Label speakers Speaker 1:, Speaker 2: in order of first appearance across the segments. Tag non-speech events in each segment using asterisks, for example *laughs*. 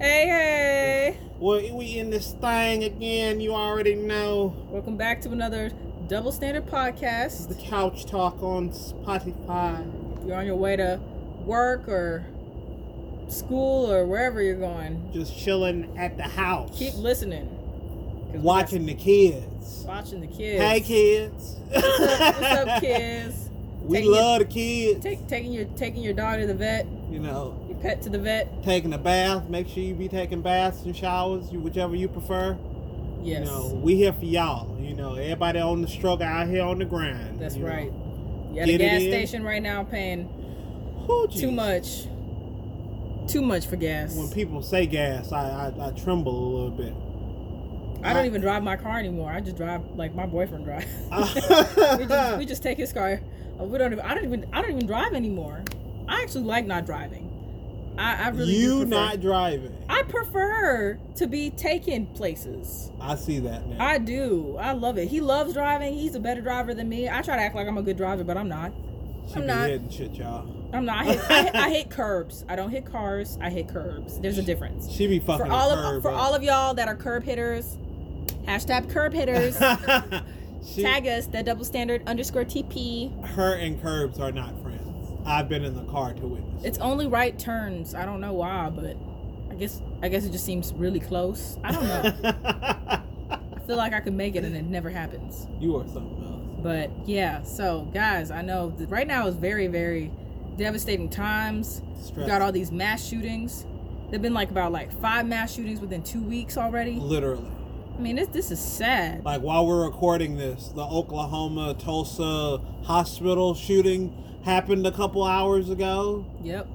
Speaker 1: Hey, hey.
Speaker 2: Well, we in this thing again. You already know.
Speaker 1: Welcome back to another Double Standard
Speaker 2: This is
Speaker 1: podcast.
Speaker 2: the couch talk on Spotify.
Speaker 1: If you're on your way to work or school or wherever you're going,
Speaker 2: Just chilling at the house.
Speaker 1: keep listening. 'Cause we got-
Speaker 2: watching the kids.
Speaker 1: Watching the kids.
Speaker 2: Hey, kids.
Speaker 1: What's up, what's
Speaker 2: *laughs*
Speaker 1: up, kids?
Speaker 2: We
Speaker 1: Taking
Speaker 2: love the kids.
Speaker 1: Take, taking your taking your dog to the vet,
Speaker 2: you know,
Speaker 1: your pet to the vet.
Speaker 2: taking a bath. Make sure you be taking baths and showers, you- whichever you prefer.
Speaker 1: Yes,
Speaker 2: You know, we here for y'all. You know, everybody on the struggle out here on the grind.
Speaker 1: that's
Speaker 2: you know.
Speaker 1: right. You at
Speaker 2: Get
Speaker 1: a
Speaker 2: it
Speaker 1: gas
Speaker 2: in.
Speaker 1: station right now paying
Speaker 2: Whew,
Speaker 1: too
Speaker 2: Jesus.
Speaker 1: much, too much for gas.
Speaker 2: When people say gas, I, I, I tremble a little bit.
Speaker 1: I don't even drive my car anymore. I just drive like my boyfriend drives. *laughs* we, just,
Speaker 2: *laughs*
Speaker 1: we just take his car. Uh, We don't. Even, I don't even. I don't even drive anymore. I actually like not driving. I, I really. do
Speaker 2: you
Speaker 1: prefer-
Speaker 2: not driving.
Speaker 1: I prefer to be taken places.
Speaker 2: I see that now.
Speaker 1: I do. I love it. He loves driving. He's a better driver than me. I try to act like I'm a good driver, but I'm not.
Speaker 2: she
Speaker 1: I'm
Speaker 2: be
Speaker 1: not.
Speaker 2: hitting shit, y'all.
Speaker 1: I'm not. I hit, I, hit, I
Speaker 2: *laughs*
Speaker 1: hit curbs. I don't hit cars. I hit curbs. There's a difference.
Speaker 2: She be fucking
Speaker 1: For all of for
Speaker 2: *laughs*
Speaker 1: all of y'all that are curb hitters, hashtag curb hitters.
Speaker 2: *laughs* she,
Speaker 1: Tag us the double standard underscore TP.
Speaker 2: her and Curbs are not friends. I've been in the car to witness.
Speaker 1: It's only right turns. I don't know why, but I guess I guess it just seems really close. I don't know.
Speaker 2: *laughs*
Speaker 1: I feel like I could make it and it never happens.
Speaker 2: you are something else.
Speaker 1: But yeah, so guys, I know that right now is very very devastating times. We
Speaker 2: Stress.
Speaker 1: got all these mass shootings. There've been like about like five mass shootings within 2 weeks already.
Speaker 2: Literally.
Speaker 1: I mean, this this is sad.
Speaker 2: Like while we're recording this, the Oklahoma Tulsa hospital shooting happened a couple hours ago.
Speaker 1: Yep.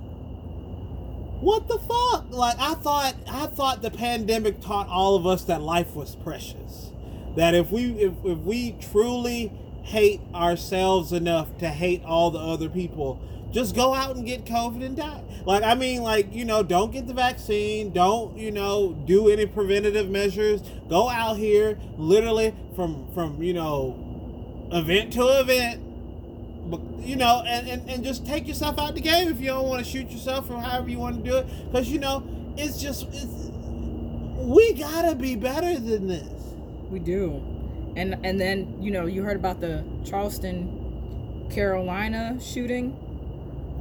Speaker 2: What the fuck? Like I thought I thought the pandemic taught all of us that life was precious. That if we if, if we truly hate ourselves enough to hate all the other people, just go out and get COVID and die. Like I mean like, you know, don't get the vaccine, don't, you know, do any preventative measures. Go out here literally from from, you know, event to event but, you know, and, and, and just take yourself out the game if you don't want to shoot yourself or however you want to do it. Because, you know, it's just, it's, we got to be better than this.
Speaker 1: We do. And and then, you know, you heard about the Charleston Carolina shooting.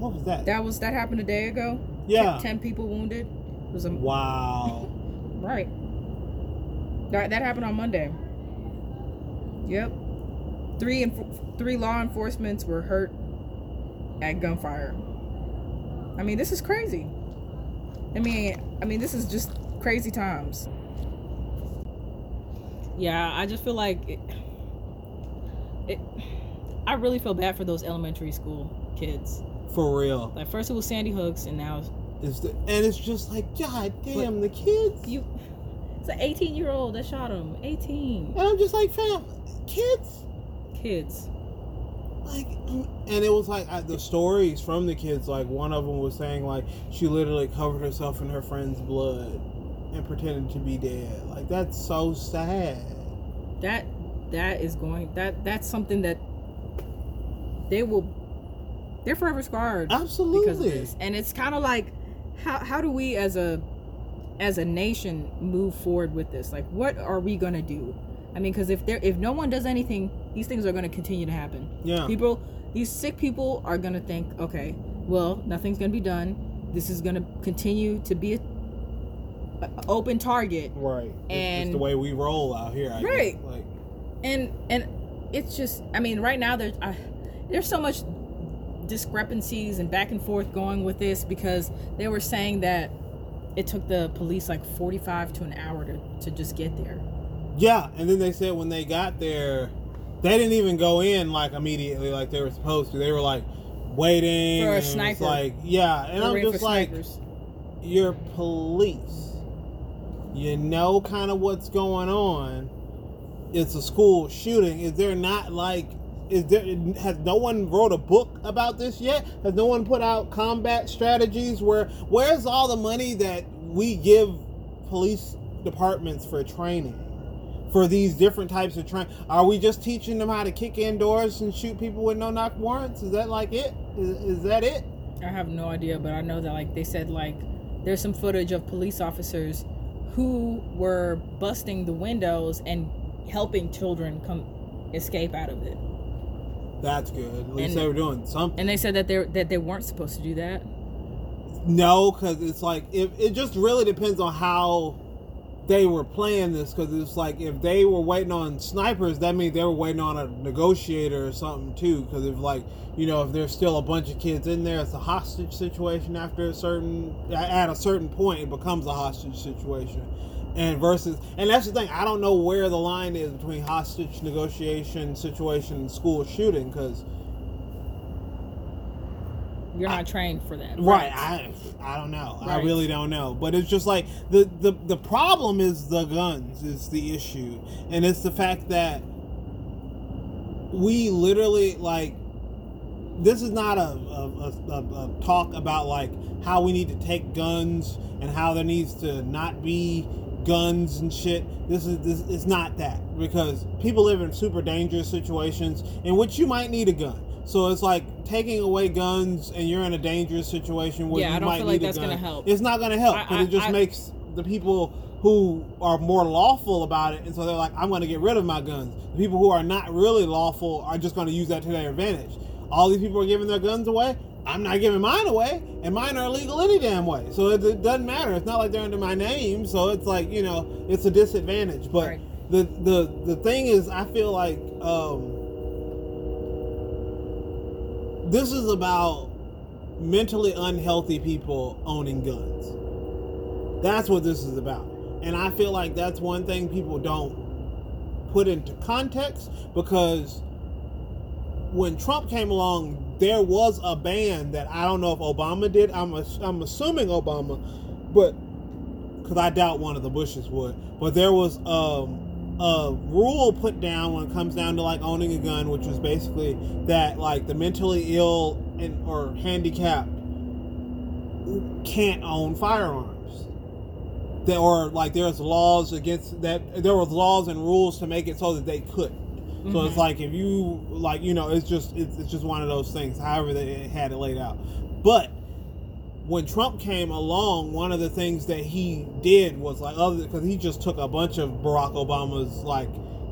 Speaker 2: What was that?
Speaker 1: That was that happened a day ago.
Speaker 2: yeah.
Speaker 1: Ten people wounded. It was a
Speaker 2: Wow.
Speaker 1: right. That that happened on Monday. Yep. Three and three law enforcements were hurt at gunfire. I mean, this is crazy. I mean, I mean, this is just crazy times. Yeah, I just feel like it. it I really feel bad for those elementary school kids.
Speaker 2: For real.
Speaker 1: Like first it was Sandy Hooks, and now it's
Speaker 2: It's the, and it's just like, God damn, the kids.
Speaker 1: You, it's an 18 year old that shot him. 18
Speaker 2: and I'm just like, fam, kids?
Speaker 1: kids.
Speaker 2: like and it was like I, the stories from the kids like one of them was saying like she literally covered herself in her friend's blood and pretended to be dead like that's so sad
Speaker 1: That that is going. That that's something that they will. They're forever scarred because of
Speaker 2: absolutely
Speaker 1: this, and it's kind of like how how do we as a as a nation move forward with this? Like, what are we gonna do? I mean, because if there if no one does anything, these things are gonna continue to happen.
Speaker 2: yeah
Speaker 1: people these sick people are gonna think okay well nothing's gonna be done this is gonna continue to be a, a open target
Speaker 2: right it's just
Speaker 1: And-
Speaker 2: the way we roll out here I guess.
Speaker 1: Right.
Speaker 2: like
Speaker 1: and and it's just i mean right now there's I there's so much discrepancies and back and forth going with this because they were saying that it took the police like 45 to an hour to, to just get there
Speaker 2: yeah and then they said when they got there they didn't even go in like immediately like they were supposed to they were like waiting
Speaker 1: For a
Speaker 2: and it was
Speaker 1: sniper.
Speaker 2: like yeah and
Speaker 1: They were
Speaker 2: i'm
Speaker 1: in for
Speaker 2: just like
Speaker 1: snipers.
Speaker 2: you're police. You know kind of what's going on. It's a school shooting. Is there not like is there has no one wrote a book about this yet? Has no one put out combat strategies where where's all the money that we give police departments for training? For these different types of training, are we just teaching them how to kick indoors and shoot people with no knock warrants? Is that like it? Is, is that it?
Speaker 1: I have no idea, but I know that like they said like there's some footage of police officers who were busting the windows and helping children come escape out of it.
Speaker 2: That's good. At least
Speaker 1: And-
Speaker 2: they were doing something.
Speaker 1: And they said that they that they weren't supposed to do that.
Speaker 2: No, because it's like it, it just really depends on how they were playing this. Because it's like if they were waiting on snipers, that means they were waiting on a negotiator or something too. Because if like you know if there's still a bunch of kids in there, it's a hostage situation. After a certain at a certain point, it becomes a hostage situation. And versus, and that's the thing. I don't know where the line is between hostage negotiation situation and school shooting. Because
Speaker 1: You're not trained for that.
Speaker 2: Right. I, I don't know. I
Speaker 1: Right.
Speaker 2: really don't know. But it's just like the, the the problem is the guns is the issue, and it's the fact that we literally like this is not a, a, a, a, a talk about like how we need to take guns and how there needs to not be guns and shit this is this it's not that because people live in super dangerous situations in which you might need a gun so it's like taking away guns and you're in a dangerous situation where
Speaker 1: Yeah,
Speaker 2: you
Speaker 1: I don't
Speaker 2: might
Speaker 1: feel
Speaker 2: need
Speaker 1: like
Speaker 2: a
Speaker 1: that's
Speaker 2: gun
Speaker 1: gonna help.
Speaker 2: it's not gonna help
Speaker 1: I-
Speaker 2: but
Speaker 1: I-
Speaker 2: it just
Speaker 1: I-
Speaker 2: makes the people who are more lawful about it and so they're like i'm gonna get rid of my guns the people who are not really lawful are just gonna use that to their advantage all these people are giving their guns away i'm not giving mine away and mine are illegal any damn way so it, it doesn't matter it's not like they're under my name so it's like you know it's a disadvantage but
Speaker 1: Right.
Speaker 2: the, the the thing is i feel like um this is about mentally unhealthy people owning guns. That's what this is about. And I feel like that's one thing people don't put into context because when Trump came along, there was a ban that I don't know if Obama did. I'm ass- I'm assuming Obama, but because I doubt one of the Bushes would. But there was um, a rule put down when it comes down to like owning a gun, which was basically that like the mentally ill and or handicapped can't own firearms. There or like there's laws against that. There was laws and rules to make it so that they could. not
Speaker 1: Mm-hmm.
Speaker 2: So it's like if you like you know it's just it's, it's just one of those things. However they had it laid out, but when Trump came along, one of the things that he did was like other because he just took a bunch of Barack Obama's like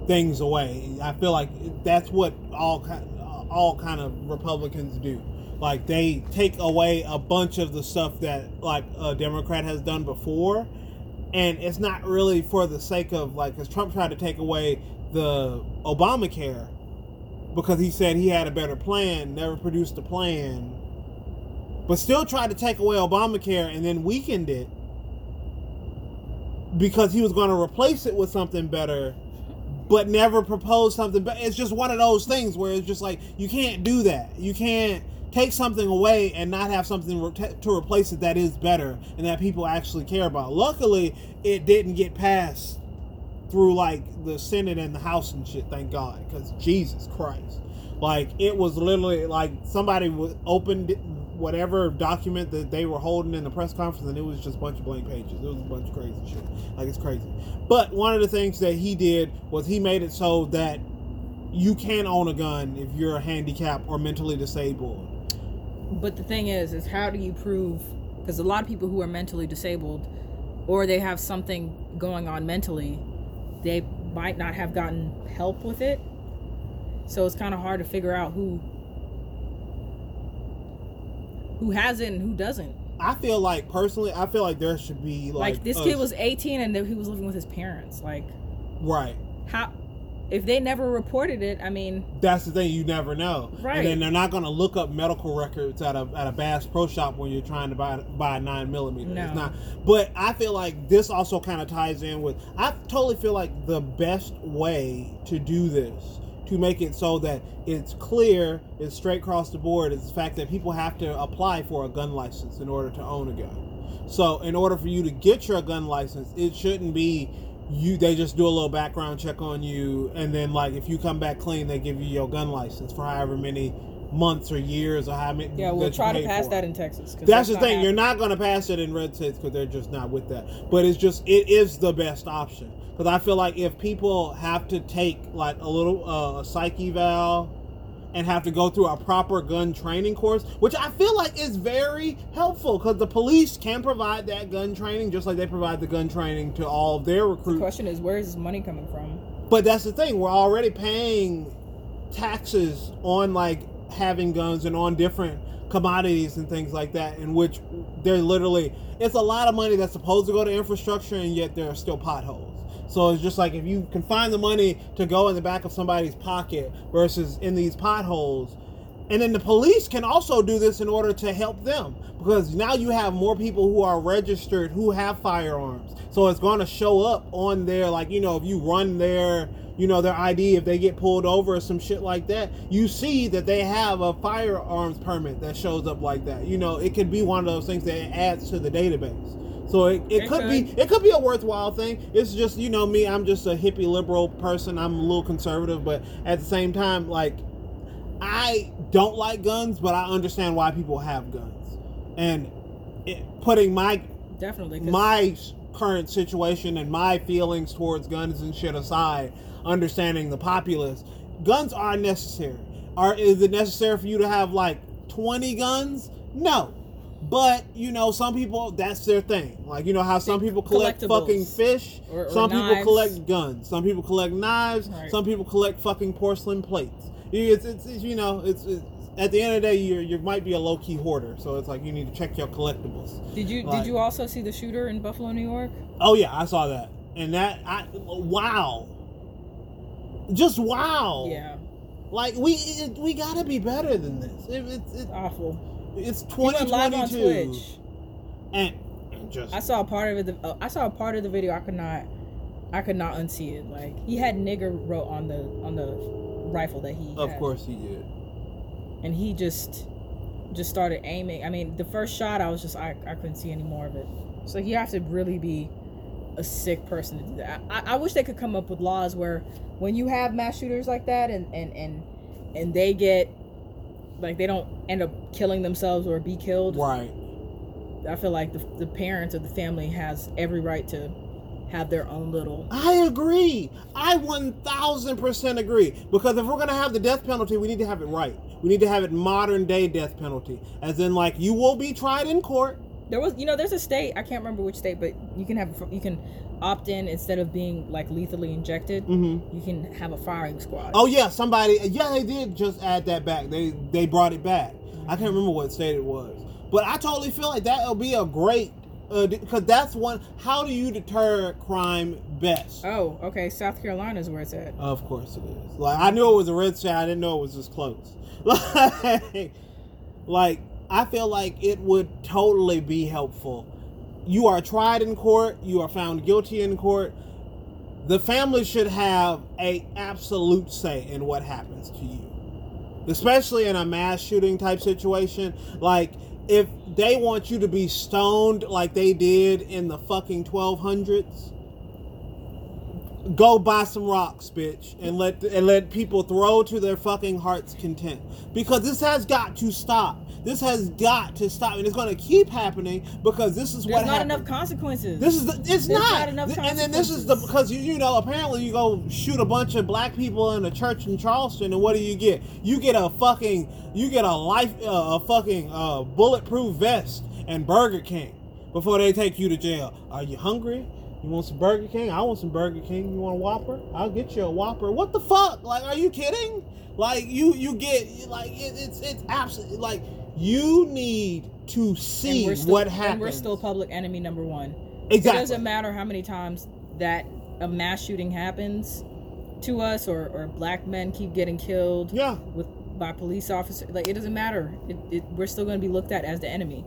Speaker 2: things away. I feel like that's what all ki- all kind of Republicans do. Like they take away a bunch of the stuff that like a Democrat has done before, and it's not really for the sake of like because Trump tried to take away the Obamacare because he said he had a better plan, never produced a plan, but still tried to take away Obamacare and then weakened it because he was going to replace it with something better, but never proposed something. But it's just one of those things where it's just like you can't do that. You can't take something away and not have something re- te- to replace it that is better and that people actually care about. Luckily, it didn't get passed through like the Senate and the House and shit. Thank God, because Jesus Christ, like it was literally like somebody w- opened it- whatever document that they were holding in the press conference, and it was just a bunch of blank pages. It was a bunch of crazy shit. Like it's crazy. But one of the things that he did was he made it so that you can own a gun if you're a handicap or mentally disabled.
Speaker 1: But the thing is, is how do you prove? Because a lot of people who are mentally disabled, or they have something going on mentally, they might not have gotten help with it. So it's kind of hard to figure out who who has it and who doesn't.
Speaker 2: I feel like personally, I feel like there should be like,
Speaker 1: Like, this
Speaker 2: a-
Speaker 1: kid was 18 and he was living with his parents. Like
Speaker 2: right.
Speaker 1: how? If they never reported it, I mean,
Speaker 2: that's the thing you never know
Speaker 1: Right.
Speaker 2: and then they're not going to look up medical records at a, at a bass pro shop when you're trying to buy buy a nine millimeter
Speaker 1: No.
Speaker 2: it's not but i feel like this also kind of ties in with i totally feel like the best way to do this to make it so that it's clear it's straight across the board is the fact that people have to apply for a gun license in order to own a gun so in order for you to get your gun license it shouldn't be you they just do a little background check on you and then like if you come back clean they give you your gun license for however many months or years or how many
Speaker 1: yeah, we'll
Speaker 2: that you
Speaker 1: try to
Speaker 2: paid
Speaker 1: pass
Speaker 2: for.
Speaker 1: that in Texas. 'cause
Speaker 2: that's, the thing
Speaker 1: not
Speaker 2: you're not going to pass it in red states because they're just not with that but it's just it is the best option because i feel like if people have to take like a little uh, a psych eval and have to go through a proper gun training course, which I feel like is very helpful because the police can provide that gun training just like they provide the gun training to all of their
Speaker 1: The
Speaker 2: recruits.
Speaker 1: question is, where is this money coming from?
Speaker 2: But that's the thing, we're already paying taxes on like having guns and on different commodities and things like that in which they're literally it's a lot of money that's supposed to go to infrastructure and yet there are still potholes. So it's just like if you can find the money to go in the back of somebody's pocket versus in these potholes. And then the police can also do this in order to help them because now you have more people who are registered who have firearms. So it's going to show up on their, like, you know, if you run their, you know, their ID, if they get pulled over or some shit like that, you see that they have a firearms permit that shows up like that. You know, it could be one of those things that adds to the database. So it, it could
Speaker 1: Okay.
Speaker 2: be it could be a worthwhile thing. It's just you know me. I'm just a hippie liberal person. I'm a little conservative, but at the same time, like I don't like guns, but I understand why people have guns. And it, putting my
Speaker 1: Definitely. 'cause-
Speaker 2: my s- current situation and my feelings towards guns and shit aside, understanding the populace, guns are necessary. Are is it necessary for you to have like twenty guns? No. But you know, some people that's their thing. Like you know how some people collect
Speaker 1: Collectibles.
Speaker 2: fucking fish,
Speaker 1: Or- or
Speaker 2: some people
Speaker 1: knives.
Speaker 2: collect guns, some people collect knives,
Speaker 1: Right.
Speaker 2: some people collect fucking porcelain plates. You- It's, it's, it's, you know it's, it's at the end of the day you you might be a low key hoarder, so it's like you need to check your collectibles.
Speaker 1: Did you
Speaker 2: Like-
Speaker 1: did you also see the shooter in Buffalo, New York?
Speaker 2: Oh yeah, I saw that, and that I wow, just wow.
Speaker 1: Yeah,
Speaker 2: Like we it, we gotta be better than this. It, it's it,
Speaker 1: awful.
Speaker 2: it's
Speaker 1: He went
Speaker 2: twenty
Speaker 1: live on
Speaker 2: twenty two,
Speaker 1: Twitch.
Speaker 2: and and just
Speaker 1: I saw a part of it. The, uh, I saw a part of the video. I could not, I could not unsee it. Like he had nigger wrote on the on the rifle that he.
Speaker 2: of
Speaker 1: had.
Speaker 2: course he did.
Speaker 1: And he just, just started aiming. I mean, the first shot, I was just I, I couldn't see any more of it. It's like you have to really be a sick person to do that. I, I wish they could come up with laws where when you have mass shooters like that and and and and they get like they don't end up killing themselves or be killed
Speaker 2: Right.
Speaker 1: I feel like the, the parents or the family has every right to have their own little.
Speaker 2: I agree. I 1000% agree. Because if we're going to have the death penalty, we need to have it right. We need to have it modern day death penalty. As in, like, you will be tried in court.
Speaker 1: There was, you know, there's a state I can't remember which state, but you can have you can opt in instead of being like lethally injected.
Speaker 2: Mm-hmm.
Speaker 1: You can have a firing squad.
Speaker 2: Oh yeah, somebody. Yeah, they did just add that back. They they brought it back. I can't remember what state it was, but I totally feel like that'll be a great because that's one. How do you deter crime best?
Speaker 1: Oh, okay. South Carolina is where it's at.
Speaker 2: Of course it is. Like I knew it was a red state. I didn't know it was this close. *laughs* Like, like I feel like it would totally be helpful. You are tried in court. You are found guilty in court. The family should have a absolute say in what happens to you, especially in a mass shooting type situation. Like if they want you to be stoned like they did in the fucking twelve hundreds go buy some rocks, bitch, and let and let people throw to their fucking heart's content. Because this has got to stop. This has got to stop, and it's going to keep happening because this is
Speaker 1: There's
Speaker 2: what
Speaker 1: not
Speaker 2: happened.
Speaker 1: enough consequences.
Speaker 2: This is the, it's
Speaker 1: There's
Speaker 2: not.
Speaker 1: not enough
Speaker 2: Th- and then this is the because you you know apparently you go shoot a bunch of black people in a church in Charleston and what do you get? You get a fucking you get a life uh, a fucking uh, bulletproof vest and Burger King before they take you to jail. Are you hungry? You want some Burger King? I want some Burger King. You want a Whopper? I'll get you a Whopper. What the fuck? Like, are you kidding? Like you you get like it, it's it's absolutely like you need to
Speaker 1: And
Speaker 2: see
Speaker 1: we're still-
Speaker 2: what
Speaker 1: and
Speaker 2: happens.
Speaker 1: We're still public enemy number one.
Speaker 2: exactly.
Speaker 1: It doesn't matter how many times that a mass shooting happens to us, or or black men keep getting killed.
Speaker 2: yeah.
Speaker 1: with by police officers. Like it doesn't matter. It, it, we're still going to be looked at as the enemy.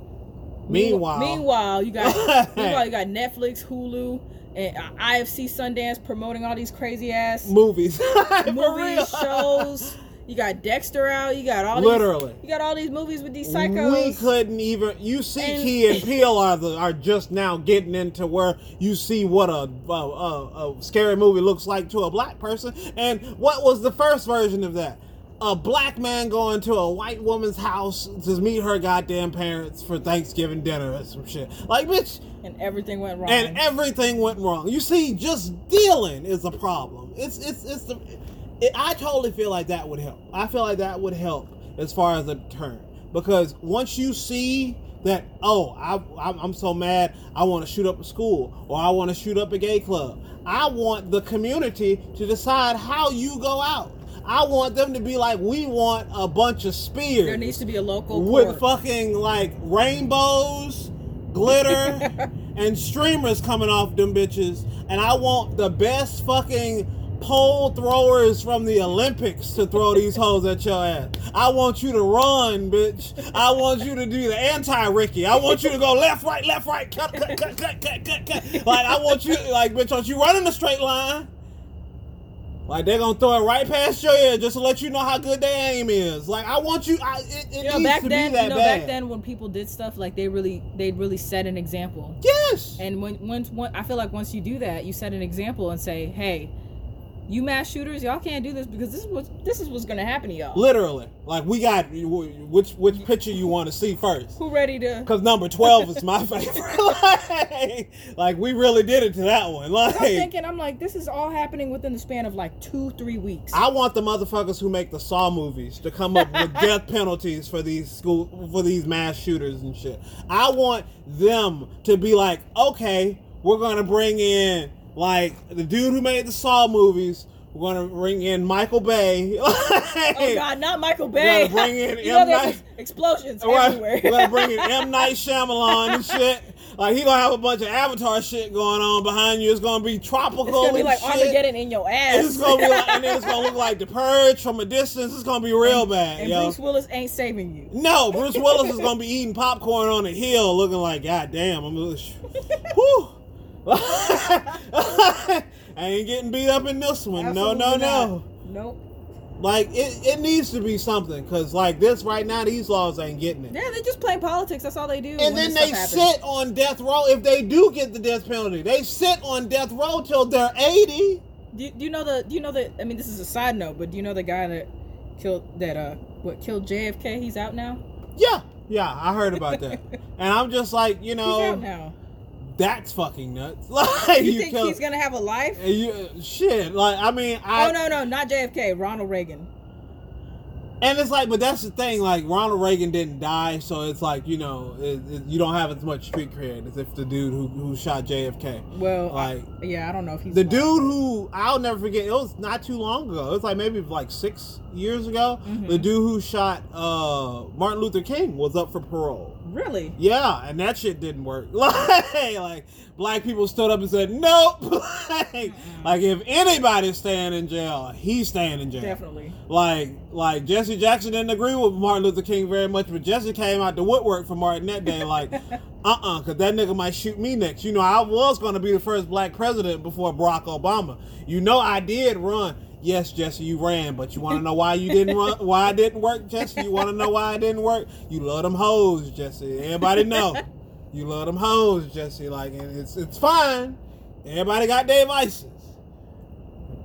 Speaker 2: Meanwhile-
Speaker 1: meanwhile, you
Speaker 2: *laughs*
Speaker 1: got meanwhile you got Netflix, Hulu, and uh, IFC Sundance promoting all these crazy ass
Speaker 2: movies, *laughs* For real.
Speaker 1: movies, shows. You got Dexter out. You got all
Speaker 2: Literally,
Speaker 1: These, you got all these movies with these
Speaker 2: we
Speaker 1: psychos.
Speaker 2: couldn't even. You see,
Speaker 1: And-
Speaker 2: Key and Peele are the, are just now getting into where you see what a, a, a, a scary movie looks like to a black person, and what was the first version of that? A black man going to a white woman's house to meet her goddamn parents for Thanksgiving dinner or some shit. Like, bitch,
Speaker 1: and everything went wrong.
Speaker 2: and everything went wrong. You see, just dealing is a problem. It's it's it's the it, I totally feel like that would help. I feel like that would help as far as a turn because once you see that oh I, I'm, I'm so mad I want to shoot up a school or I want to shoot up a gay club. I want the community to decide how you go out. I want them to be like we want a bunch of spears
Speaker 1: There needs to be a local court.
Speaker 2: with fucking like rainbows,
Speaker 1: *laughs*
Speaker 2: glitter, and streamers coming off them bitches. And I want the best fucking pole throwers from the Olympics to throw these hoes at your ass. I want you to run, bitch. I want you to do the anti Ricky. I want you to go left, right, left, right, cut, cut, cut, cut, cut, cut, cut. Like I want you, like bitch, aren't you running a straight line? Like they're gonna throw it right past your ear just to let you know how good their aim is. Like I want you, I, it, it
Speaker 1: you know,
Speaker 2: needs
Speaker 1: back
Speaker 2: to
Speaker 1: then,
Speaker 2: be that
Speaker 1: you know,
Speaker 2: bad.
Speaker 1: back then when people did stuff like they really, they really set an example.
Speaker 2: yes.
Speaker 1: And when once one, I feel like once you do that, you set an example and say, "Hey, you mass shooters, y'all can't do this because this is what this is what's gonna happen to y'all."
Speaker 2: Literally, like we got which which picture you want to see first?
Speaker 1: Who ready to?
Speaker 2: Because number twelve is my *laughs* favorite. like, *laughs* like, we really did it to that one. Like
Speaker 1: I'm thinking, I'm like, this is all happening within the span of like two, three weeks.
Speaker 2: I want the motherfuckers who make the Saw movies to come up with death penalties for these school for these mass shooters and shit. I want them to be like, okay, we're gonna bring in like the dude who made the Saw movies. We're gonna bring in Michael Bay. *laughs*
Speaker 1: oh God, not Michael Bay. *laughs*
Speaker 2: gotta bring in
Speaker 1: you know,
Speaker 2: M.
Speaker 1: there's
Speaker 2: Night-
Speaker 1: ex- explosions
Speaker 2: Right.
Speaker 1: everywhere.
Speaker 2: We're gonna bring in M Night Shyamalan and shit. Like he gonna have a bunch of Avatar shit going on behind you. It's gonna be tropical.
Speaker 1: *laughs* it's gonna be
Speaker 2: and
Speaker 1: like
Speaker 2: shit.
Speaker 1: Armageddon in your ass.
Speaker 2: It's gonna be like, and then it's gonna look like the purge from a distance. It's gonna be real
Speaker 1: *laughs*
Speaker 2: bad,
Speaker 1: and
Speaker 2: yo.
Speaker 1: Bruce Willis ain't saving you.
Speaker 2: no, Bruce Willis is gonna be eating popcorn on a hill, looking like, God damn, I'm just, whew. *laughs* I ain't getting beat up in this one. no, no,
Speaker 1: Absolutely
Speaker 2: no.
Speaker 1: not. Nope.
Speaker 2: Like it, it needs to be something, cause like this right now, these laws ain't getting it.
Speaker 1: Yeah, they just play politics. That's all they do. when
Speaker 2: And then
Speaker 1: this
Speaker 2: they
Speaker 1: stuff happens.
Speaker 2: sit on death row if they do get the death penalty. They sit on death row till they're 80.
Speaker 1: Do you, do you know the? Do you know the? I mean, this is a side note, but do you know the guy that killed that? Uh, what killed JFK? He's out now.
Speaker 2: Yeah, yeah, I heard
Speaker 1: *laughs*
Speaker 2: about that. and I'm just like, you
Speaker 1: He's out
Speaker 2: know,
Speaker 1: now.
Speaker 2: that's fucking nuts. *laughs* Like
Speaker 1: You,
Speaker 2: you,
Speaker 1: think
Speaker 2: kill-
Speaker 1: he's gonna have a life?
Speaker 2: and *laughs* you- shit, like I mean, I
Speaker 1: oh no, no, not JFK. Ronald Reagan.
Speaker 2: and it's like, but that's the thing. Like Ronald Reagan didn't die, so it's like you know, it, it, you don't have as much street cred as if the dude who, who shot JFK.
Speaker 1: Well, I-
Speaker 2: Like
Speaker 1: yeah, I don't know if he's
Speaker 2: the
Speaker 1: alive.
Speaker 2: dude who I'll never forget. It was not too long ago. It was like maybe like six years ago. The
Speaker 1: Mhm.
Speaker 2: dude who shot uh, Martin Luther King was up for parole.
Speaker 1: Really?
Speaker 2: Yeah, and that shit didn't work. *laughs* Like, like black people stood up and said, "Nope." *laughs* like, like if anybody's staying in jail, he's staying in jail.
Speaker 1: Definitely.
Speaker 2: Like, like Jesse Jackson didn't agree with Martin Luther King very much, but Jesse came out the woodwork for Martin that day. Like, uh, uh cause that nigga might shoot me next. You know, I was gonna be the first black president before Barack Obama. You know, I did run. Yes, Jesse, you ran, but you want to know why you didn't run? Why it didn't work, Jesse? You want to know why it didn't work? You love them hoes, Jesse. Everybody know. You love them hoes, Jesse. Like, and it's it's fine. Everybody got their vices.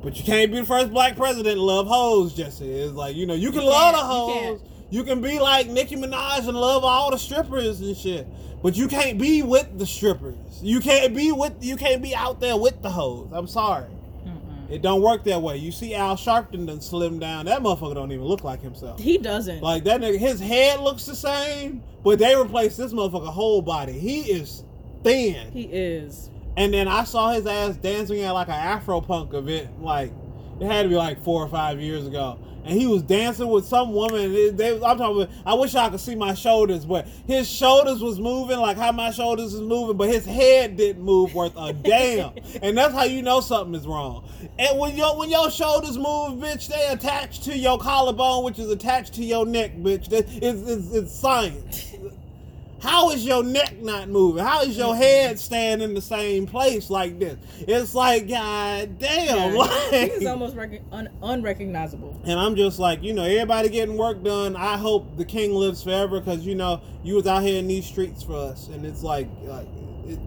Speaker 2: But you can't be the first black president to love hoes, Jesse. It's like, you know, you can
Speaker 1: You
Speaker 2: love the
Speaker 1: can't, you
Speaker 2: hoes. You, can be like Nicki Minaj and love all the strippers and shit. But you can't be with the strippers. You can't be with you can't be out there with the hoes. I'm sorry.
Speaker 1: Mm-mm.
Speaker 2: It don't work that way. You see Al Sharpton done slim down. That motherfucker don't even look like himself.
Speaker 1: He doesn't.
Speaker 2: Like that nigga his head looks the same, but they replaced this motherfucker whole body. He is thin.
Speaker 1: he is.
Speaker 2: And then I saw his ass dancing at like an Afro punk event, like it had to be like four or five years ago. And he was dancing with some woman. It- They, I'm talking. About, I wish I could see my shoulders, but his shoulders was moving like how my shoulders is moving, but his head didn't move worth a damn. And that's how you know something is wrong. And when your when your shoulders move, bitch, they attached to your collarbone, which is attached to your neck, bitch. That- It's it's, it's science. How is your neck not moving? How is your head staying in the same place like this? It's like, god damn.
Speaker 1: Yeah,
Speaker 2: *laughs* like-
Speaker 1: he's almost rec- un- unrecognizable.
Speaker 2: and I'm just like, you know, everybody getting work done. I hope the king lives forever because, you know, you was out here in these streets for us. And it's like, like it,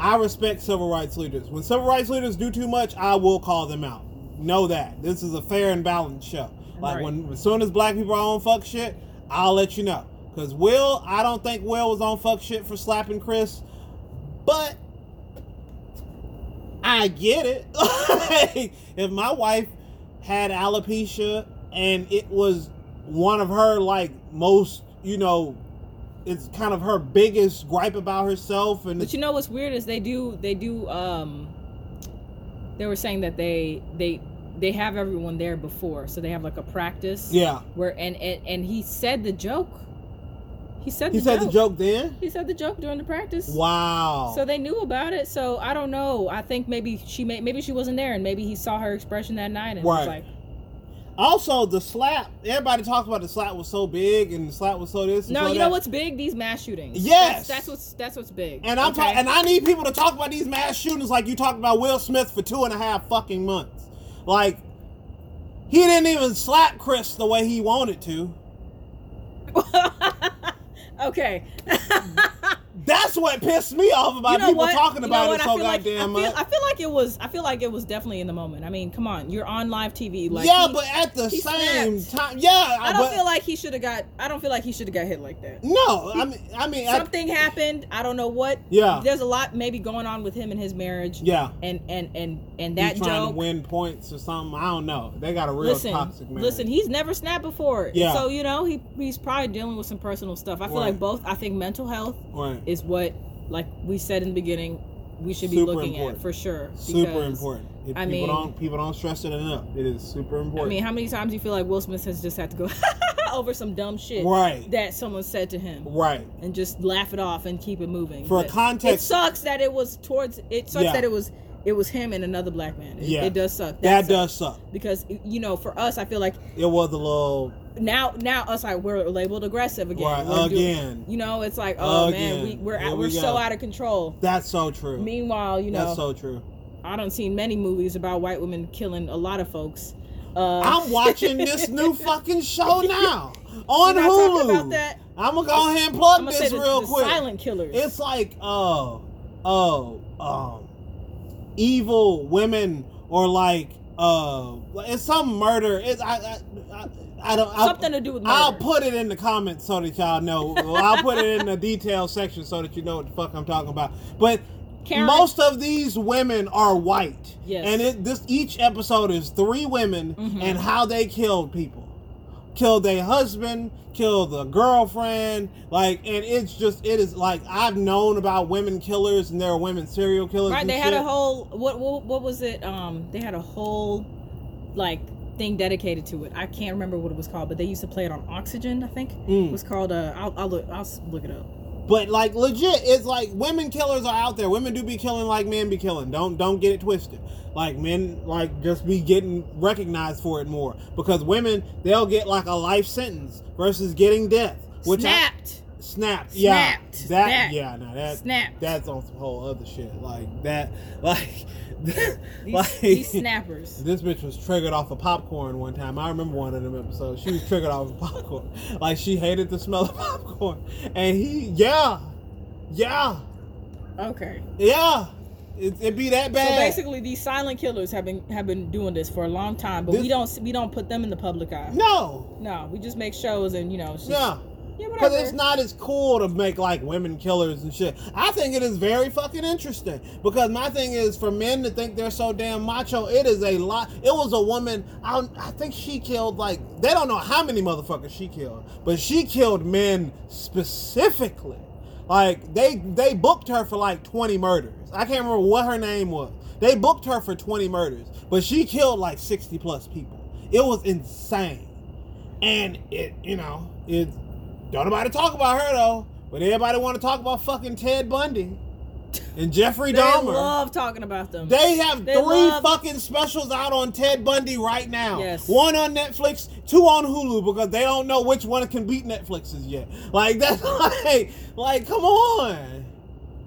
Speaker 2: I respect civil rights leaders. When civil rights leaders do too much, I will call them out. Know that. This is a fair and balanced show. Like,
Speaker 1: Right.
Speaker 2: when as soon as black people are on fuck shit, I'll let you know. Because Will, I don't think Will was on fuck shit for slapping Chris, but *laughs* I get it. Like, if my wife had alopecia and it was one of her like most you know it's kind of her biggest gripe about herself and
Speaker 1: But you know what's weird is they do they do um they were saying that they they they have everyone there before, so they have like a practice
Speaker 2: yeah
Speaker 1: where and and, and he said the joke. He said
Speaker 2: he
Speaker 1: the
Speaker 2: said
Speaker 1: joke.
Speaker 2: the joke then
Speaker 1: He said the joke during the practice.
Speaker 2: wow
Speaker 1: So they knew about it. So I don't know. I think maybe she may, maybe she wasn't there, and maybe he saw her expression that night and was like,
Speaker 2: Right. also the slap everybody talks about the slap was so big and the slap was so this and
Speaker 1: "No,
Speaker 2: so
Speaker 1: you know
Speaker 2: that.
Speaker 1: what's big? These mass shootings. that's,
Speaker 2: Yes.
Speaker 1: that's what's that's what's big."
Speaker 2: And I'm
Speaker 1: Okay?
Speaker 2: ta- and I need people to talk about these mass shootings like you talked about Will Smith for two and a half fucking months. Like he didn't even slap Chris the way he wanted to.
Speaker 1: *laughs*
Speaker 2: *laughs*
Speaker 1: okay.
Speaker 2: That's what pissed me off about
Speaker 1: you know
Speaker 2: people
Speaker 1: what?
Speaker 2: talking
Speaker 1: You know
Speaker 2: about
Speaker 1: what?
Speaker 2: it
Speaker 1: I
Speaker 2: so
Speaker 1: feel like-
Speaker 2: goddamn
Speaker 1: I feel,
Speaker 2: much.
Speaker 1: I feel like it was. I feel like it was definitely in the moment. I mean, come on, you're on live TV. Like,
Speaker 2: yeah,
Speaker 1: he-
Speaker 2: but at the
Speaker 1: he
Speaker 2: same
Speaker 1: snapped.
Speaker 2: time, yeah,
Speaker 1: I don't
Speaker 2: but,
Speaker 1: feel like he should have got. I don't feel like he should have got hit like that.
Speaker 2: no. I mean, I mean, I,
Speaker 1: Something happened. I don't know what.
Speaker 2: Yeah.
Speaker 1: There's a lot maybe going on with him and his marriage.
Speaker 2: yeah,
Speaker 1: And and and and
Speaker 2: He
Speaker 1: that
Speaker 2: trying to
Speaker 1: joke.
Speaker 2: win points or something. I don't know. They got a real
Speaker 1: listen,
Speaker 2: toxic man.
Speaker 1: listen. He's never snapped before.
Speaker 2: Yeah.
Speaker 1: So you know he he's probably dealing with some personal stuff. I feel
Speaker 2: Right.
Speaker 1: like both. I think mental health
Speaker 2: right.
Speaker 1: is what, like we said in the beginning, we should be
Speaker 2: Super
Speaker 1: looking
Speaker 2: important.
Speaker 1: at for sure.
Speaker 2: super
Speaker 1: because-
Speaker 2: important. If
Speaker 1: I
Speaker 2: people
Speaker 1: mean-
Speaker 2: don't people don't stress it enough. It is super important.
Speaker 1: I mean, how many times do you feel like Will Smith has just had to go *laughs* over some dumb shit
Speaker 2: Right.
Speaker 1: that someone said to him
Speaker 2: right.
Speaker 1: and just laugh it off and keep it moving?
Speaker 2: For
Speaker 1: But it
Speaker 2: context-
Speaker 1: sucks that it was towards. It sucks
Speaker 2: Yeah.
Speaker 1: that it was it was him and another black man. It,
Speaker 2: Yeah.
Speaker 1: it does suck.
Speaker 2: That,
Speaker 1: sucks.
Speaker 2: does suck.
Speaker 1: because you know for us, I feel like
Speaker 2: It was a little
Speaker 1: now now us like we're labeled aggressive again.
Speaker 2: Right,
Speaker 1: We're doing-
Speaker 2: again.
Speaker 1: you know, it's like oh man, we,
Speaker 2: Again.
Speaker 1: we're
Speaker 2: Here
Speaker 1: out,
Speaker 2: we
Speaker 1: we're so
Speaker 2: go.
Speaker 1: out of control.
Speaker 2: that's so true.
Speaker 1: Meanwhile, you know,
Speaker 2: that's so true.
Speaker 1: I don't seen many movies about white women killing a lot of folks. Uh,
Speaker 2: I'm
Speaker 1: *laughs*
Speaker 2: watching this new fucking show now on
Speaker 1: We're not
Speaker 2: Hulu.
Speaker 1: talking about that.
Speaker 2: I'm gonna go ahead and plug
Speaker 1: I'm gonna say
Speaker 2: this
Speaker 1: the,
Speaker 2: real
Speaker 1: the
Speaker 2: quick.
Speaker 1: silent killers.
Speaker 2: It's like oh, oh, um, evil women or like uh, it's some murder. It's I, I, I, I don't I-
Speaker 1: Something to do with
Speaker 2: I'll
Speaker 1: murder.
Speaker 2: put it in the comments so that y'all know. I'll put it in the detail section so that you know what the fuck I'm talking about. But
Speaker 1: Karen-
Speaker 2: most of these women are white.
Speaker 1: Yes.
Speaker 2: And it this each episode is three women
Speaker 1: Mhm.
Speaker 2: and how they killed people. Killed their husband, killed the girlfriend, like and it's just it is like I've known about women killers and there are women serial killers.
Speaker 1: right.
Speaker 2: and
Speaker 1: They had a
Speaker 2: shit.
Speaker 1: whole what, what what was it? Um, they had a whole like thing dedicated to it. I can't remember what it was called, but they used to play it on Oxygen. I think
Speaker 2: Mm.
Speaker 1: it was called. Uh, I'll, I'll look. I'll s- look it up.
Speaker 2: But like legit, it's like women killers are out there. Women do be killing like men be killing. Don't don't get it twisted. Like men like just be getting recognized for it more because women they'll get like a life sentence versus getting death. Which I,
Speaker 1: Snapped.
Speaker 2: snapped. Yeah.
Speaker 1: Snapped.
Speaker 2: That
Speaker 1: Snapped.
Speaker 2: yeah. No that
Speaker 1: Snapped.
Speaker 2: That's on some whole other shit. Like that. *laughs* Like.
Speaker 1: these,
Speaker 2: like
Speaker 1: these snappers.
Speaker 2: This bitch was triggered off of popcorn one time. I remember one of them episodes. She was triggered off of popcorn. *laughs* Like she hated the smell of popcorn. And he, yeah, yeah, *laughs*
Speaker 1: Okay.
Speaker 2: yeah. It, it be that
Speaker 1: So
Speaker 2: bad.
Speaker 1: basically, these silent killers have been have been doing this for a long time, but
Speaker 2: This-
Speaker 1: we don't s- we don't put them in the public eye.
Speaker 2: no,
Speaker 1: No, we just make shows and you know. It's just,
Speaker 2: no.
Speaker 1: Yeah,
Speaker 2: Because
Speaker 1: whatever.
Speaker 2: it's not as cool to make like women killers and shit. I think it is very fucking interesting. Because my thing is for men to think they're so damn macho, it is a lot. It was a woman, I, don't- I think she killed like, they don't know how many motherfuckers she killed, but she killed men specifically. Like they they booked her for like 20 murders. I can't remember what her name was. They booked her for 20 murders, but she killed like 60 plus people. It was insane. And it, you know, it don't nobody talk about her though. But everybody want to talk about fucking Ted Bundy and Jeffrey
Speaker 1: they
Speaker 2: Dahmer.
Speaker 1: love talking about them.
Speaker 2: they have
Speaker 1: they
Speaker 2: three
Speaker 1: love-
Speaker 2: fucking specials out on Ted Bundy right now.
Speaker 1: Yes.
Speaker 2: One on Netflix, two on Hulu because they don't know which one can beat Netflix's yet. Like that's *laughs* like, like come on.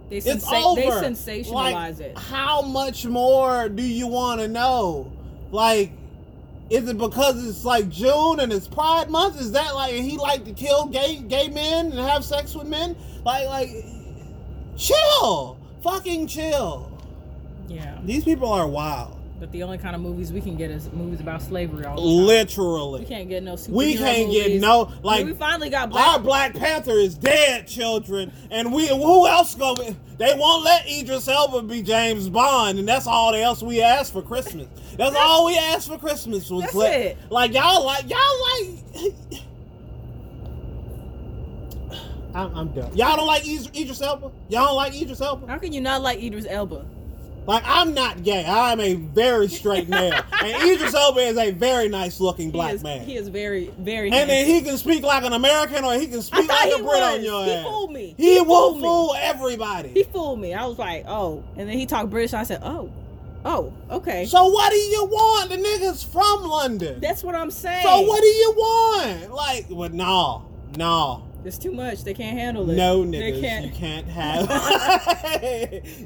Speaker 1: They,
Speaker 2: It's
Speaker 1: sensa-
Speaker 2: over.
Speaker 1: they sensationalize
Speaker 2: Like,
Speaker 1: it.
Speaker 2: How much more do you want to know? Like, is it because it's like June and it's Pride Month? Is that like he like to kill gay gay men and have sex with men? Like, like, chill, fucking chill.
Speaker 1: Yeah.
Speaker 2: These people are wild.
Speaker 1: But the only kind of movies we can get is movies about slavery. All the time. We
Speaker 2: Literally.
Speaker 1: can't get no superhero
Speaker 2: We can't get
Speaker 1: movies.
Speaker 2: no
Speaker 1: I mean,
Speaker 2: like
Speaker 1: we finally got
Speaker 2: our
Speaker 1: black.
Speaker 2: Black Panther is dead, children, and we who else go? They won't let Idris Elba be James Bond, and that's all else we asked for Christmas. That's all we asked for Christmas was
Speaker 1: That's
Speaker 2: let-
Speaker 1: it.
Speaker 2: like y'all like y'all like. I'm, I'm done. Y'all don't like Idris Idris Elba. Y'all don't like Idris Elba.
Speaker 1: How can you not like Idris Elba?
Speaker 2: Like I'm not gay. I'm a very
Speaker 1: *laughs*
Speaker 2: straight man, and Idris Elba is a very nice looking black
Speaker 1: he is,
Speaker 2: man.
Speaker 1: He is very, very.
Speaker 2: and then
Speaker 1: handsome.
Speaker 2: he can speak like an American, or he can
Speaker 1: I
Speaker 2: speak
Speaker 1: thought
Speaker 2: like
Speaker 1: he
Speaker 2: a Brit
Speaker 1: was.
Speaker 2: on your
Speaker 1: he
Speaker 2: ass.
Speaker 1: fooled me.
Speaker 2: He, will
Speaker 1: fooled me.
Speaker 2: fool everybody.
Speaker 1: He fooled me. I was like, oh. And then he talked British. I said, oh, oh, okay.
Speaker 2: so what do you want? The nigga's from London.
Speaker 1: That's what I'm saying.
Speaker 2: so what do you want? Like, well, no, no,
Speaker 1: It's too much. They can't handle it.
Speaker 2: no,
Speaker 1: They
Speaker 2: niggas.
Speaker 1: can't.
Speaker 2: You
Speaker 1: *laughs*
Speaker 2: can't have.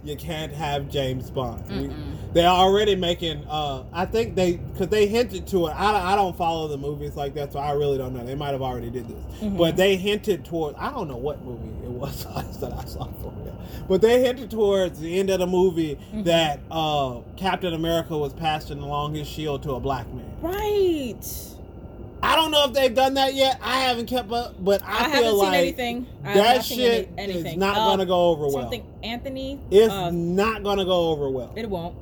Speaker 2: *laughs* you can't have James Bond. We- They're already making. uh I think they because they hinted to it. I, I don't follow the movies like that, so I really don't know. They might have already did this,
Speaker 1: Mhm.
Speaker 2: but they hinted towards. I don't know what movie it was *laughs* that I saw for real, but they hinted towards the end of the movie
Speaker 1: Mhm.
Speaker 2: that uh Captain America was passing along his shield to a black man.
Speaker 1: Right.
Speaker 2: I don't know if they've done that yet. I haven't kept up, but
Speaker 1: I,
Speaker 2: I,
Speaker 1: haven't
Speaker 2: feel
Speaker 1: seen
Speaker 2: like
Speaker 1: anything. I have
Speaker 2: that
Speaker 1: not seen
Speaker 2: shit
Speaker 1: any- anything.
Speaker 2: is not
Speaker 1: Uh,
Speaker 2: gonna go over well.
Speaker 1: Something Anthony.
Speaker 2: It's
Speaker 1: uh,
Speaker 2: not gonna go over well.
Speaker 1: it won't.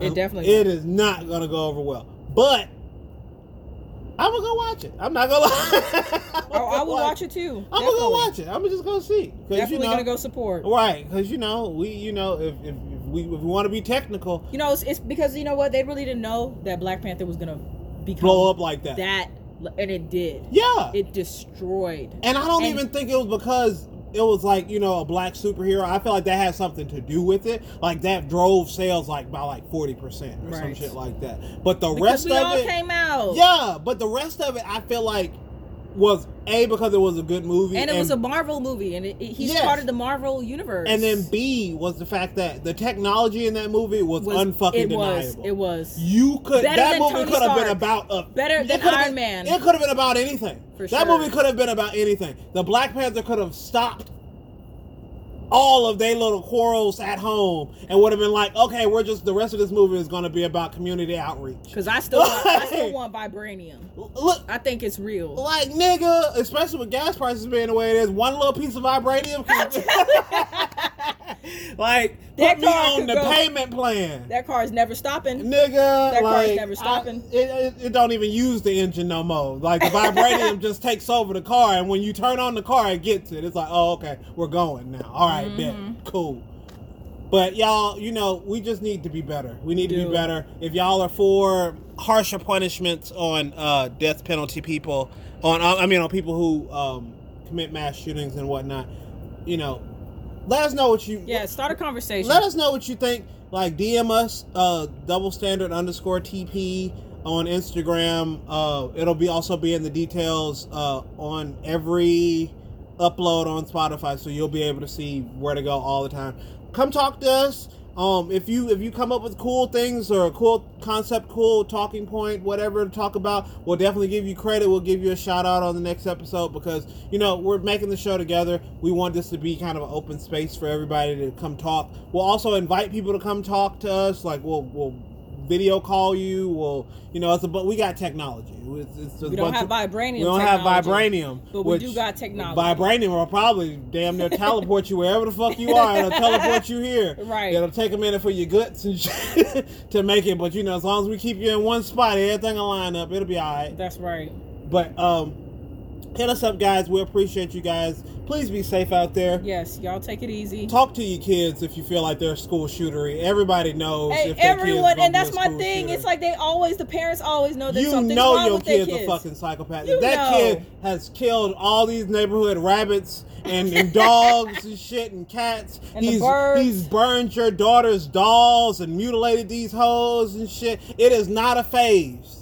Speaker 1: It definitely.
Speaker 2: It is not gonna go over well. But I'm gonna go watch it. I'm not gonna lie.
Speaker 1: won't. *laughs* Oh, I will watch it too.
Speaker 2: I'm gonna go watch it. I'm just gonna see. Cause
Speaker 1: Definitely
Speaker 2: you know,
Speaker 1: gonna go support.
Speaker 2: right? Because you know, we you know, if, if, if we if we want to be technical,
Speaker 1: You know, it's, it's because you know what they really didn't know that Black Panther was gonna become
Speaker 2: blow up like that.
Speaker 1: that, and it did.
Speaker 2: yeah.
Speaker 1: It destroyed.
Speaker 2: and I don't
Speaker 1: and-
Speaker 2: even think it was because it was like you know a black superhero. I feel like that had something to do with it. Like that drove sales like by like forty percent or some
Speaker 1: Right.
Speaker 2: shit like that. But the
Speaker 1: Because
Speaker 2: rest
Speaker 1: we
Speaker 2: of
Speaker 1: all
Speaker 2: it,
Speaker 1: came out.
Speaker 2: Yeah, but the rest of it, I feel like was a because it was a good movie,
Speaker 1: And it was a Marvel movie, and it, it, he's
Speaker 2: Yes.
Speaker 1: part of the Marvel universe.
Speaker 2: and then B was the fact that the technology in that movie was, unfucking
Speaker 1: it was.
Speaker 2: deniable.
Speaker 1: It was.
Speaker 2: you could
Speaker 1: Better
Speaker 2: that
Speaker 1: than
Speaker 2: movie
Speaker 1: Tony
Speaker 2: could have been
Speaker 1: Stark.
Speaker 2: about a
Speaker 1: Better
Speaker 2: it
Speaker 1: than
Speaker 2: could have
Speaker 1: Iron
Speaker 2: been-
Speaker 1: Man.
Speaker 2: It could have been about anything.
Speaker 1: For
Speaker 2: that
Speaker 1: sure.
Speaker 2: movie could have been about anything. The Black Panther could have stopped all of their little quarrels at home and would have been like, okay, we're just the rest of this movie is going to be about community outreach.
Speaker 1: Because I still, want, I
Speaker 2: *laughs*
Speaker 1: still want vibranium.
Speaker 2: L- Look,
Speaker 1: I think it's real.
Speaker 2: Like nigga, especially with gas prices being the way it is, one little piece of
Speaker 1: *laughs*
Speaker 2: vibranium. Can, *laughs* like
Speaker 1: That
Speaker 2: put me
Speaker 1: car
Speaker 2: on
Speaker 1: could
Speaker 2: the
Speaker 1: go-
Speaker 2: payment plan,
Speaker 1: That car is never stopping.
Speaker 2: nigga.
Speaker 1: that car's
Speaker 2: like,
Speaker 1: never
Speaker 2: I-
Speaker 1: stopping.
Speaker 2: it, it, it don't even use the engine no more. Like
Speaker 1: *laughs*
Speaker 2: the vibranium just takes over the car, and when you turn on the car, it gets it. It's like, oh okay, we're going now. All right, bet.
Speaker 1: Mhm.
Speaker 2: cool. But y'all, you know, we just need to be better. We need to be
Speaker 1: Do.
Speaker 2: better. If y'all are for harsher punishments on uh, death penalty people, on I mean, on people who um, commit mass shootings and whatnot, you know, let us know what you.
Speaker 1: Yeah, start a conversation.
Speaker 2: Let us know what you think. Like DM us, uh, double standard underscore TP on Instagram. Uh, it'll be also be in the details uh, on every upload on Spotify, so you'll be able to see where to go all the time. Come talk to us. Um, if you if you come up with cool things or a cool concept, cool talking point, whatever to talk about, we'll definitely give you credit. We'll give you a shout out on the next episode because you know we're making the show together. We want this to be kind of an open space for everybody to come talk. We'll also invite people to come talk to us. Like we'll we'll video call you. We'll you know it's a but we got technology. It's, it's a
Speaker 1: we don't
Speaker 2: bunch
Speaker 1: have
Speaker 2: of-
Speaker 1: vibranium.
Speaker 2: we don't have
Speaker 1: technology,
Speaker 2: vibranium,
Speaker 1: But we do
Speaker 2: which-
Speaker 1: got technology.
Speaker 2: Vibranium will probably damn near teleport you wherever the fuck you are. It'll teleport you here.
Speaker 1: *laughs* Right.
Speaker 2: It'll take a minute for your guts and shit *laughs* to make it, but you know, as long as we keep you in one spot, everything will line up. It'll be all right.
Speaker 1: That's right.
Speaker 2: But um, hit us up, guys. We appreciate you guys. Please be safe out there.
Speaker 1: Yes, y'all take it easy.
Speaker 2: Talk to your kids if you feel like they're school shootery. Everybody knows.
Speaker 1: Hey,
Speaker 2: if their kids
Speaker 1: everyone,
Speaker 2: gonna
Speaker 1: and
Speaker 2: be a
Speaker 1: that's my
Speaker 2: school
Speaker 1: thing.
Speaker 2: shooter.
Speaker 1: It's like they always, the parents always know that
Speaker 2: You
Speaker 1: something's
Speaker 2: know
Speaker 1: wrong
Speaker 2: your
Speaker 1: with their
Speaker 2: kid's
Speaker 1: kids.
Speaker 2: a fucking psychopath.
Speaker 1: You
Speaker 2: If that
Speaker 1: know.
Speaker 2: kid has killed all these neighborhood rabbits
Speaker 1: *laughs*
Speaker 2: and, and dogs and shit and cats.
Speaker 1: And the
Speaker 2: he's
Speaker 1: birds.
Speaker 2: he's burned your daughter's dolls and mutilated these hoes and shit. It is not a phase.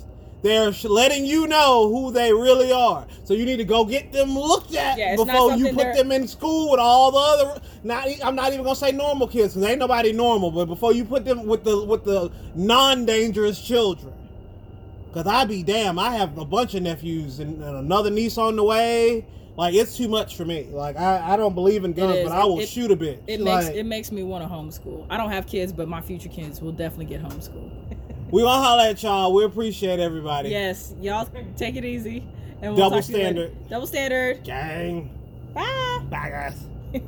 Speaker 2: They're sh- letting you know who they really are. So you need to go get them looked at
Speaker 1: Yeah, it's not
Speaker 2: before you
Speaker 1: something
Speaker 2: put
Speaker 1: they're-
Speaker 2: them in school with all the other. Not e- I'm not even gonna say normal kids because ain't nobody normal. But before you put them with the with the non-dangerous children. Cause I be damn, I have a bunch of nephews and, and another niece on the way. Like it's too much for me. Like I, I don't believe in guns,
Speaker 1: is.
Speaker 2: but I will
Speaker 1: It-
Speaker 2: shoot a bitch.
Speaker 1: It
Speaker 2: like,
Speaker 1: makes it makes me want to homeschool. I don't have kids, but my future kids will definitely get homeschooled.
Speaker 2: We gonna holler at y'all. We appreciate everybody.
Speaker 1: Yes, y'all take it easy. And
Speaker 2: Double
Speaker 1: talk to you later. Double standard.
Speaker 2: Gang.
Speaker 1: Bye.
Speaker 2: Bye guys.